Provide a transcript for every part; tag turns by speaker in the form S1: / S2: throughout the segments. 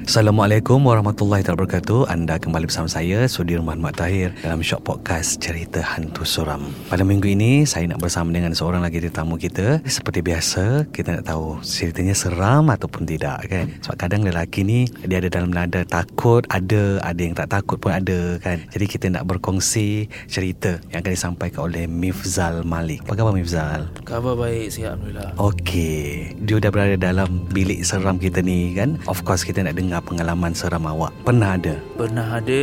S1: Assalamualaikum warahmatullahi wabarakatuh Anda kembali bersama saya Sudirman Mat Tahir Dalam Shock Podcast Cerita Hantu Suram Pada minggu ini Saya nak bersama dengan seorang lagi tetamu kita Seperti biasa Kita nak tahu Ceritanya seram ataupun tidak kan Sebab kadang lelaki ni Dia ada dalam nada takut Ada Ada yang tak takut pun ada kan Jadi kita nak berkongsi Cerita Yang akan disampaikan oleh Mifzal Malik Apa khabar Mifzal?
S2: Khabar baik, sihat Alhamdulillah
S1: Okey, dia dah berada dalam bilik seram kita ni kan. Of course kita nak dengar pengalaman seram awak. Pernah ada?
S2: Pernah ada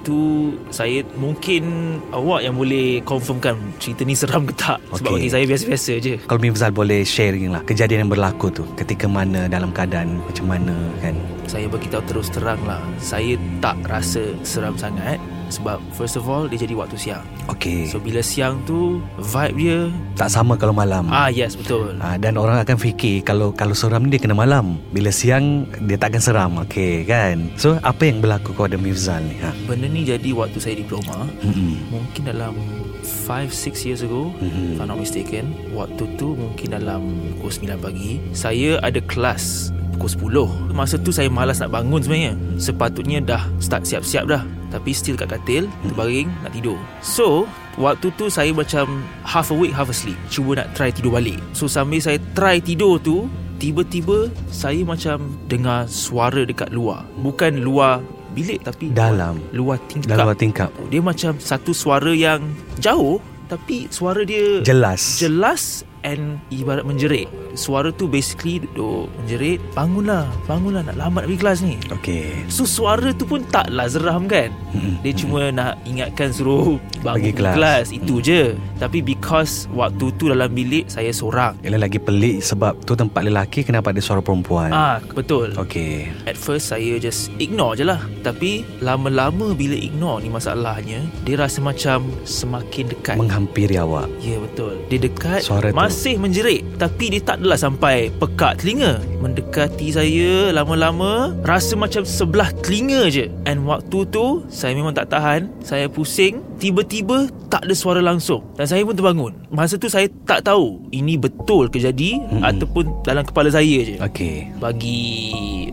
S2: tu saya mungkin awak yang boleh confirmkan cerita ni seram ke tak okay. Sebab
S1: Okey.
S2: bagi saya biasa-biasa je
S1: Kalau Mifzal boleh sharing lah kejadian yang berlaku tu. Ketika mana, dalam keadaan macam mana kan.
S2: Saya beritahu terus terang lah Saya tak rasa seram sangat Sebab first of all dia jadi waktu siang
S1: Okey,
S2: So bila siang tu vibe dia
S1: tak sama kalau malam.
S2: Ah yes betul
S1: Ah, dan orang akan fikir kalau kalau seram ni dia kena malam. Bila siang dia takkan seram. Okey kan. So apa yang berlaku kepada Mifzal ni? Ha.
S2: Benda ni jadi waktu saya diploma
S1: Hmm.
S2: Mungkin dalam 5-6 years ago
S1: Mhm.
S2: If I'm not mistaken Waktu tu mungkin dalam Pukul 9 pagi Saya ada kelas Pukul 10 Masa tu saya malas nak bangun sebenarnya Sepatutnya dah Start siap-siap dah Tapi still kat katil
S1: Mm.
S2: Terbaring Nak tidur So Waktu tu saya macam Half awake half asleep Cuba nak try tidur balik So sambil saya try tidur tu Tiba-tiba Saya macam Dengar suara dekat luar Bukan luar bilik Tapi
S1: Dalam.
S2: Luar tingkap
S1: Dalam tingkap
S2: dia macam satu suara yang jauh tapi suara dia
S1: jelas.
S2: jelas and ibarat menjerit. Suara tu basically duduk menjerit, bangunlah, bangunlah nak lambat pergi kelas ni.
S1: Okey.
S2: So suara tu pun taklah seram kan
S1: Mm-mm.
S2: Dia cuma nak ingatkan suruh
S1: Hmm. Pergi
S2: bangun
S1: kelas. Hmm.
S2: kelas, kelas Itu je Tapi because waktu tu dalam bilik saya seorang
S1: Ialah lagi pelik sebab tu tempat lelaki kenapa ada suara perempuan.
S2: Ah betul
S1: Okey.
S2: At first saya just ignore je lah Tapi lama-lama bila ignore ni masalahnya Dia rasa macam semakin dekat
S1: Kan? Menghampiri awak.
S2: Ya betul Dia dekat
S1: Suara tu.
S2: Masih menjerit Tapi dia tak adalah sampai Pekat telinga Mendekati saya Lama-lama Rasa macam sebelah telinga je And waktu tu Saya memang tak tahan Saya pusing Tiba-tiba Tak ada suara langsung Dan saya pun terbangun Masa tu saya tak tahu Ini betul ke jadi
S1: Mm-mm.
S2: hmm. Ataupun dalam kepala saya je
S1: Okey.
S2: bagi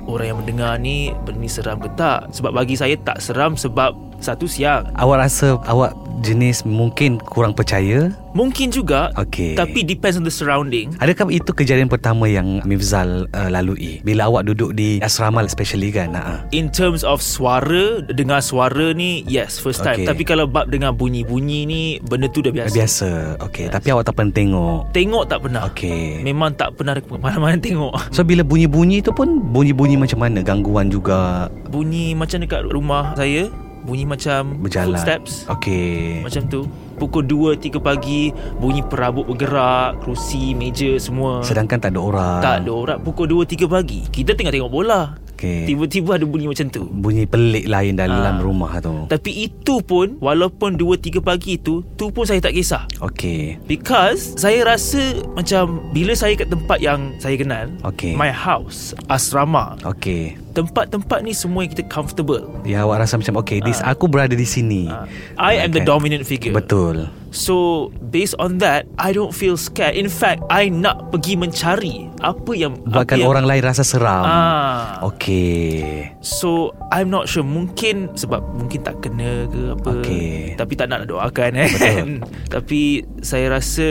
S2: orang yang mendengar ni Benda ni seram ke tak Sebab bagi saya tak seram Sebab Satu siang
S1: Awak rasa awak jenis mungkin kurang percaya?
S2: Mungkin juga
S1: Okey.
S2: Tapi depends on the surrounding
S1: Adakah itu kejadian pertama yang Mifzal uh, lalui? Bila awak duduk di asrama especially kan? Ha.
S2: In terms of suara Dengar suara ni Yes first time
S1: Okay.
S2: Tapi kalau bab dengar bunyi-bunyi ni Benda tu dah biasa, biasa.
S1: Biasa. Okey, tapi awak tak pernah tengok.
S2: Tengok tak pernah
S1: Okey.
S2: Memang tak pernah ke mana-mana tengok
S1: So bila bunyi-bunyi tu pun bunyi-bunyi macam mana? Gangguan juga
S2: Bunyi macam dekat rumah saya Bunyi macam
S1: berjalan.
S2: Footsteps
S1: Okey.
S2: Macam tu Pukul 2-3 pagi Bunyi perabot bergerak Kerusi, meja semua
S1: Sedangkan tak ada orang.
S2: Tak ada orang Pukul 2-3 pagi Kita tengah tengok bola
S1: Okey.
S2: Tiba-tiba ada bunyi macam tu
S1: Bunyi pelik lain dalam
S2: Ah.
S1: rumah tu.
S2: Tapi itu pun Walaupun 2-3 pagi tu Tu pun saya tak kisah
S1: Okey.
S2: Because saya rasa macam bila saya kat tempat yang saya kenal,
S1: Okey.
S2: my house, asrama,
S1: Okey.
S2: tempat-tempat ni semua yang kita comfortable.
S1: Ya awak rasa macam Okay this, aku berada di sini
S2: Uh, Ah. I am the
S1: Kan?
S2: dominant figure.
S1: Betul
S2: So based on that I don't feel scared In fact I nak pergi mencari Apa yang
S1: Buatkan
S2: apa yang,
S1: orang lain rasa seram
S2: Ah.
S1: Okey
S2: So I'm not sure Mungkin Sebab mungkin tak kena ke apa
S1: Okey.
S2: Tapi tak nak doakan kan
S1: Betul.
S2: Tapi saya rasa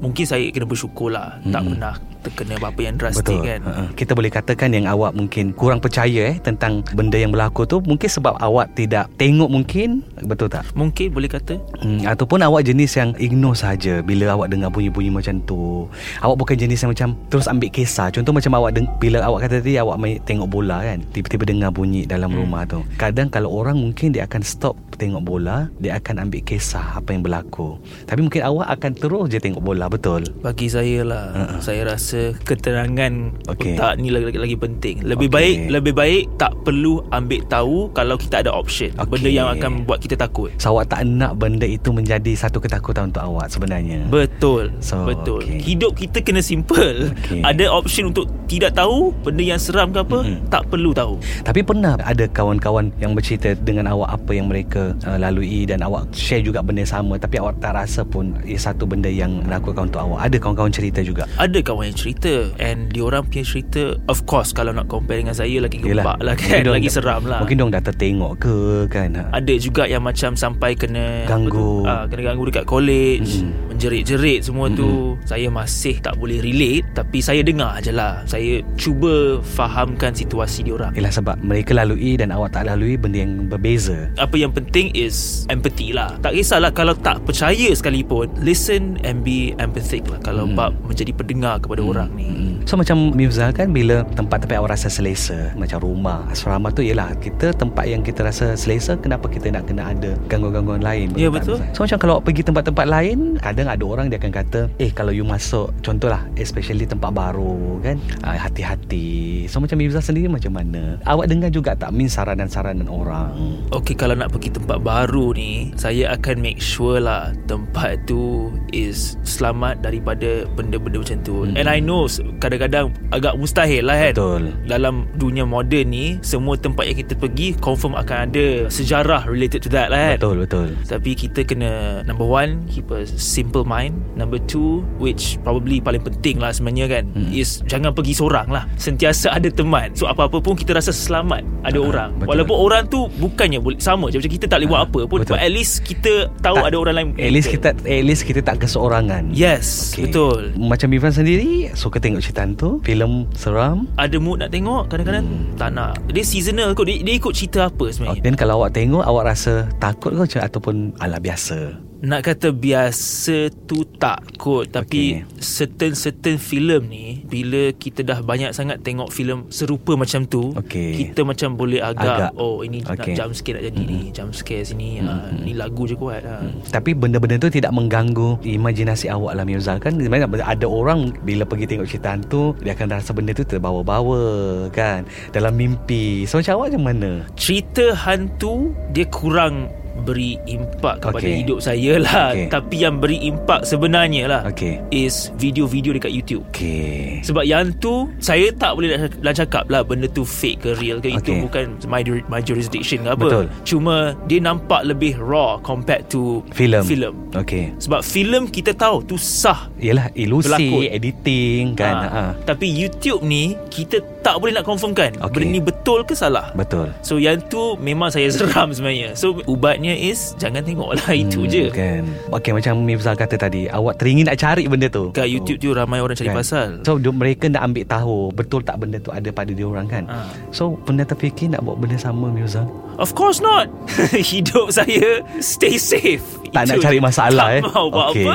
S2: Mungkin saya kena bersyukur lah mm-hmm. Tak pernah terkena apa-apa yang drastik
S1: Hmm. Betul
S2: kan
S1: Ha-ha. Kita boleh katakan yang awak mungkin Kurang percaya eh Tentang benda yang berlaku tu Mungkin sebab awak tidak Tengok mungkin Betul tak?
S2: Mungkin boleh kata
S1: Hmm, ataupun awak jenis yang ignore saja bila awak dengar bunyi-bunyi macam tu. Awak bukan jenis yang macam terus ambil kisah. Contoh macam awak deng- bila awak kata tadi awak main tengok bola kan, tiba-tiba dengar bunyi dalam hmm. rumah tu. Kadang kalau orang mungkin dia akan stop tengok bola, dia akan ambil kisah apa yang berlaku. Tapi mungkin awak akan terus je tengok bola, betul?
S2: Bagi saya lah uh-uh. Saya rasa keterangan
S1: Okey.
S2: okay. otak ni lagi, lagi penting
S1: Okey.
S2: Lebih okay. baik Lebih baik tak perlu ambil tahu Kalau kita ada option okay. Benda
S1: Okey.
S2: yang akan buat kita takut
S1: So awak tak nak benda itu menjadi satu ketakutan untuk awak sebenarnya.
S2: Betul
S1: So,
S2: Betul
S1: okey.
S2: Hidup kita kena simple
S1: Okey.
S2: Ada option untuk tidak tahu Benda yang seram ke apa
S1: Mm-mm.
S2: Tak perlu tahu
S1: Tapi pernah ada kawan-kawan yang bercerita dengan awak apa yang mereka uh, lalui dan awak share juga benda sama tapi awak tak rasa pun ia satu benda yang dilakukan untuk awak. Ada kawan-kawan cerita juga.
S2: Ada kawan yang cerita And diorang punya cerita Of course Kalau nak compare dengan saya Lagi
S1: Yelah,
S2: gebak lah
S1: mungkin
S2: kan
S1: diorang
S2: Lagi
S1: dah-
S2: seram lah
S1: Mungkin dong dah tertengok ke kan. Ha.
S2: ada juga yang macam sampai kena
S1: Ganggu.
S2: ah, kena ganggu dekat college
S1: Mm-mm.
S2: mm. menjerit-jerit semua mm tu saya masih tak boleh relate tapi saya dengar je lah saya cuba fahamkan situasi diorang
S1: Ialah sebab mereka lalui dan awak tak lalui benda yang berbeza.
S2: apa yang penting is empathy lah tak kisahlah kalau tak percaya sekalipun listen and be empathic lah kalau
S1: Hmm.
S2: mm. bab menjadi pendengar kepada mm. orang ni
S1: Mm. So macam Mifzal kan bila tempat-tempat awak rasa selesa Macam rumah, asrama tu ialah kita tempat yang kita rasa selesa Kenapa kita nak kena ada gangguan-gangguan lain Tak
S2: Ya, betul.
S1: Mifzal? So macam kalau awak pergi tempat-tempat lain Kadang ada orang dia akan kata Eh kalau you masuk, contohlah especially tempat baru kan ah, Hati-hati So macam Mifzal sendiri macam mana? Awak dengar juga tak min saranan-saranan orang?
S2: Okay kalau nak pergi tempat baru ni Saya akan make sure lah Tempat tu is selamat daripada benda-benda macam tu mm. And I know s- kadang-kadang agak mustahil lah kan
S1: Hmm. Betul.
S2: Dalam dunia moden ni Semua tempat yang kita pergi Confirm akan ada sejarah related to that lah kan
S1: Betul, betul
S2: Tapi kita kena Number one Keep a simple mind Number two Which probably paling penting lah sebenarnya kan hmm. Is jangan pergi seorang lah Sentiasa ada teman So apa-apa pun kita rasa selamat Ada
S1: Ah,
S2: orang
S1: betul.
S2: Walaupun orang tu Bukannya boleh Sama je macam kita tak boleh buat
S1: Ah,
S2: apa pun
S1: betul.
S2: But at least kita Tahu
S1: Tak-
S2: ada orang lain Ya,
S1: At least kita at least kita tak keseorangan
S2: Yes
S1: Okey.
S2: okay. Betul
S1: Macam Ivan sendiri Suka tengok cerita hantu Filem seram
S2: Ada mood nak tengok Kadang-kadang
S1: Hmm.
S2: tak nak Dia seasonal kot Dia, dia ikut cerita apa
S1: Oh,
S2: sebenarnya
S1: then kalau awak tengok Awak rasa takut ke macam Ataupun ala biasa
S2: Nak kata biasa tu tak kot
S1: Okey.
S2: Tapi okay. certain-certain filem ni Bila kita dah banyak sangat tengok filem serupa macam tu
S1: Okey.
S2: Kita macam boleh agak,
S1: Agak.
S2: agak. Oh ini
S1: Okey.
S2: okay. nak jump scare nak jadi mm-hmm. ni Jump scare sini mm-hmm. ha, Ni lagu je kuat ha. mm.
S1: Tapi benda-benda tu Tidak mengganggu Imajinasi awak lah Mirza Kan sebenarnya ada orang Bila pergi tengok cerita hantu Dia akan rasa benda tu Terbawa-bawa Kan Dalam mimpi So macam awak macam mana
S2: Cerita hantu Dia kurang beri impak kepada
S1: Okey.
S2: okay. hidup saya lah
S1: Okey.
S2: okay. Tapi yang beri impak sebenarnya lah
S1: Okey
S2: Is video-video dekat YouTube
S1: Okay
S2: Sebab yang tu Saya tak boleh nak, nak cakap lah Benda tu fake ke real ke
S1: Okey.
S2: Itu bukan my, jur- my jurisdiction ke apa
S1: Betul.
S2: Cuma Dia nampak lebih raw Compared to
S1: Filem
S2: film.
S1: Okay
S2: Sebab filem kita tahu Tu sah
S1: Ialah ilusi
S2: Berlakon.
S1: Editing Kan
S2: Ah,
S1: ha.
S2: Tapi YouTube ni Kita tak boleh nak confirmkan
S1: Okey.
S2: Benda ni betul ke salah
S1: Betul
S2: So yang tu Memang saya seram sebenarnya So ubatnya is Jangan tengok lah
S1: Hmm,
S2: Itu je
S1: kan. Okay macam Mifzal kata tadi Awak teringin nak cari benda tu
S2: Kat YouTube tu Ramai orang cari
S1: Kan?
S2: pasal
S1: So dia, mereka nak ambil tahu Betul tak benda tu ada pada dia orang kan
S2: Ah.
S1: So pernah terfikir nak buat benda sama Mirza
S2: Of course not Hidup saya Stay safe
S1: Tak nak
S2: Itu
S1: cari
S2: je.
S1: masalah
S2: tak
S1: eh
S2: Tak mau buat
S1: Okey.
S2: apa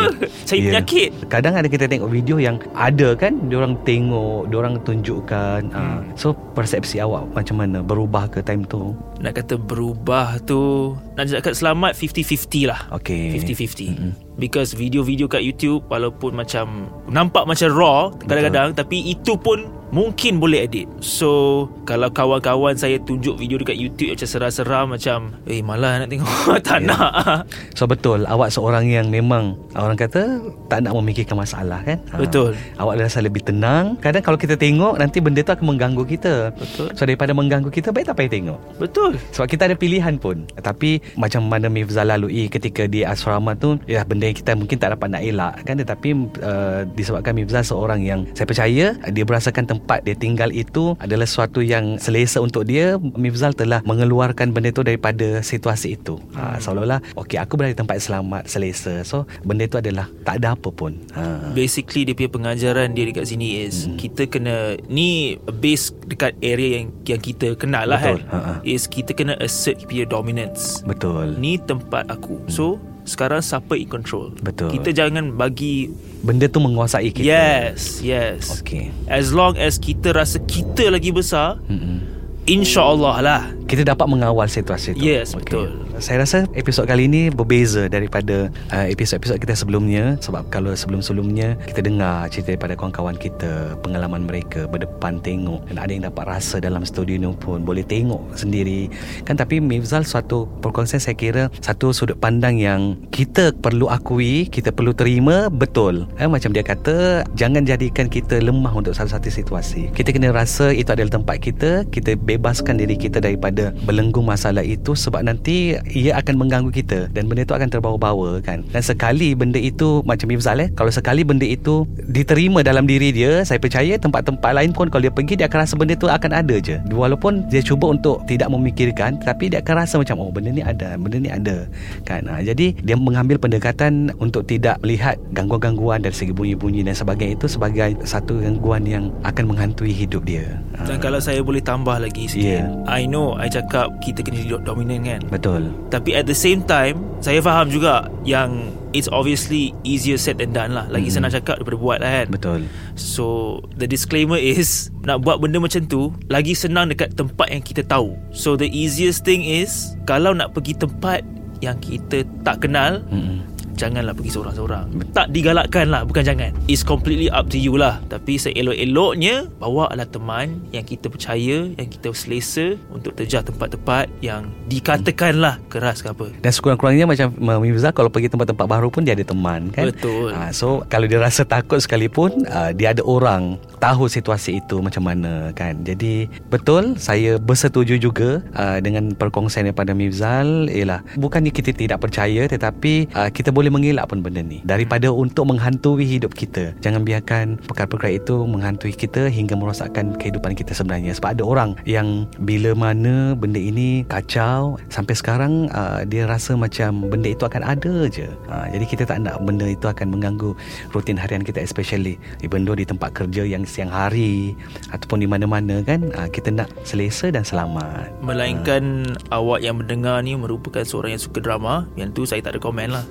S1: Ya.
S2: Cari yeah. penyakit
S1: Kadang ada kita tengok video yang Ada kan Diorang tengok Diorang tunjukkan Ah,
S2: Hmm.
S1: So persepsi awak macam mana Berubah ke time tu
S2: Nak kata berubah tu Nak cakap selamat 50-50 lah
S1: Okay
S2: 50-50 mm-hmm. Because video-video kat YouTube Walaupun macam Nampak macam raw Kadang-kadang Tapi itu pun Mungkin boleh edit So Kalau kawan-kawan saya tunjuk video dekat YouTube Macam seram-seram Macam Eh malah nak tengok Tak
S1: Ya.
S2: nak
S1: So betul Awak seorang yang memang Orang kata Tak nak memikirkan masalah kan Ha.
S2: Betul.
S1: Awak rasa lebih tenang Kadang kalau kita tengok Nanti benda tu akan mengganggu kita
S2: Betul.
S1: So daripada mengganggu kita Baik tak payah tengok
S2: Betul
S1: sebab kita ada pilihan pun Tapi Macam mana Mifzal lalui Ketika di asrama tu Ya benda yang kita mungkin tak dapat nak elak kan Tetapi uh, Disebabkan Mifzal seorang yang Saya percaya Dia berasakan tempat dia tinggal itu Adalah sesuatu yang selesa untuk dia Mifzal telah mengeluarkan benda tu Daripada situasi itu
S2: Hmm.
S1: ha, Seolah-olah Okey aku berada di tempat yang selamat Selesa So benda tu adalah Tak ada apa pun ha.
S2: Basically dia punya pengajaran dia dekat sini is hmm. kita kena ni base dekat area yang yang kita kenal lah
S1: Betul.
S2: kan.
S1: Ha, ha.
S2: Is kita kena assert punya dominance.
S1: Betul Hmm.
S2: Ni tempat aku. So sekarang siapa in control?
S1: Betul.
S2: Kita jangan bagi
S1: Benda tu menguasai kita
S2: yes, yes.
S1: Okey
S2: As long as kita rasa kita lagi besar,
S1: Mm-mm.
S2: insya-Allah lah.
S1: kita dapat mengawal situasi itu.
S2: Yes, betul.
S1: Saya rasa episod kali ini berbeza daripada uh, episod-episod kita sebelumnya sebab kalau sebelum-sebelumnya kita dengar cerita daripada kawan-kawan kita, pengalaman mereka berdepan tengok dan ada yang dapat rasa dalam studio ni pun boleh tengok sendiri. Kan tapi Mifzal suatu perkongsian saya kira satu sudut pandang yang kita perlu akui, kita perlu terima betul. Eh, macam dia kata jangan jadikan kita lemah untuk satu-satu situasi. Kita kena rasa itu adalah tempat kita, kita bebaskan diri kita daripada belenggu masalah itu sebab nanti ia akan mengganggu kita dan benda itu akan terbawa-bawa kan. Dan sekali benda itu macam Ifzal eh, kalau sekali benda itu diterima dalam diri dia, saya percaya tempat-tempat lain pun kalau dia pergi dia akan rasa benda itu akan ada je. Walaupun dia cuba untuk tidak memikirkan tapi dia akan rasa macam oh benda ni ada, benda ni ada kan. Ha, jadi dia mengambil pendekatan untuk tidak melihat gangguan-gangguan dari segi bunyi-bunyi dan sebagainya itu sebagai satu gangguan yang akan menghantui hidup dia. Ha,
S2: Dan kalau saya boleh tambah lagi sikit.
S1: Yeah.
S2: I know I cakap kita kena jadi dominant kan.
S1: betul.
S2: Tapi at the same time Saya faham juga Yang It's obviously Easier said than done lah Lagi senang cakap daripada buat lah kan
S1: Betul.
S2: So The disclaimer is Nak buat benda macam tu Lagi senang dekat tempat yang kita tahu So the easiest thing is Kalau nak pergi tempat Yang kita tak kenal
S1: Mm-mm.
S2: Janganlah pergi seorang-seorang Tak digalakkan lah Bukan jangan It's completely up to you lah Tapi seelok-eloknya Bawa lah teman Yang kita percaya Yang kita selesa Untuk terjah tempat-tempat Yang dikatakan lah Keras ke apa
S1: Dan sekurang-kurangnya macam Mifza kalau pergi tempat-tempat baru pun dia ada teman kan.
S2: Betul.
S1: Ha, so kalau dia rasa takut sekalipun uh, dia ada orang tahu situasi itu macam mana kan. Jadi betul saya bersetuju juga uh, dengan perkongsian daripada Mifzal ialah bukannya kita tidak percaya tetapi uh, kita boleh mengelak pun benda ni daripada untuk menghantui hidup kita. Jangan biarkan perkara-perkara itu menghantui kita hingga merosakkan kehidupan kita sebenarnya sebab ada orang yang bila mana benda ini kacau sampai sekarang uh, dia rasa macam benda itu akan ada je. Uh, jadi kita tak nak benda itu akan mengganggu rutin harian kita especially even though di tempat kerja yang siang hari ataupun di mana-mana kan uh, kita nak selesa dan selamat.
S2: Melainkan awak yang mendengar ni merupakan seorang yang suka drama Yang tu saya tak ada komen lah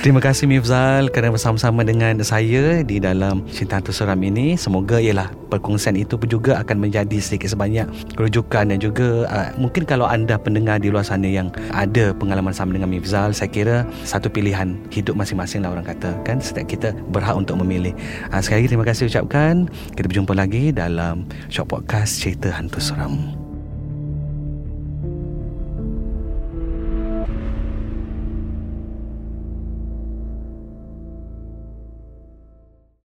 S1: Terima kasih Mifzal kerana bersama-sama dengan saya di dalam Cinta Hantu Seram ini. Semoga ialah perkongsian itu pun juga akan menjadi sedikit sebanyak rujukan dan juga uh, mungkin kalau anda pendengar di luar sana yang ada pengalaman sama dengan Mifzal, saya kira satu pilihan hidup masing-masing lah orang kata kan setiap kita berhak untuk memilih. Uh, sekali lagi terima kasih ucapkan. Kita berjumpa lagi dalam short podcast Cerita Hantu Seram.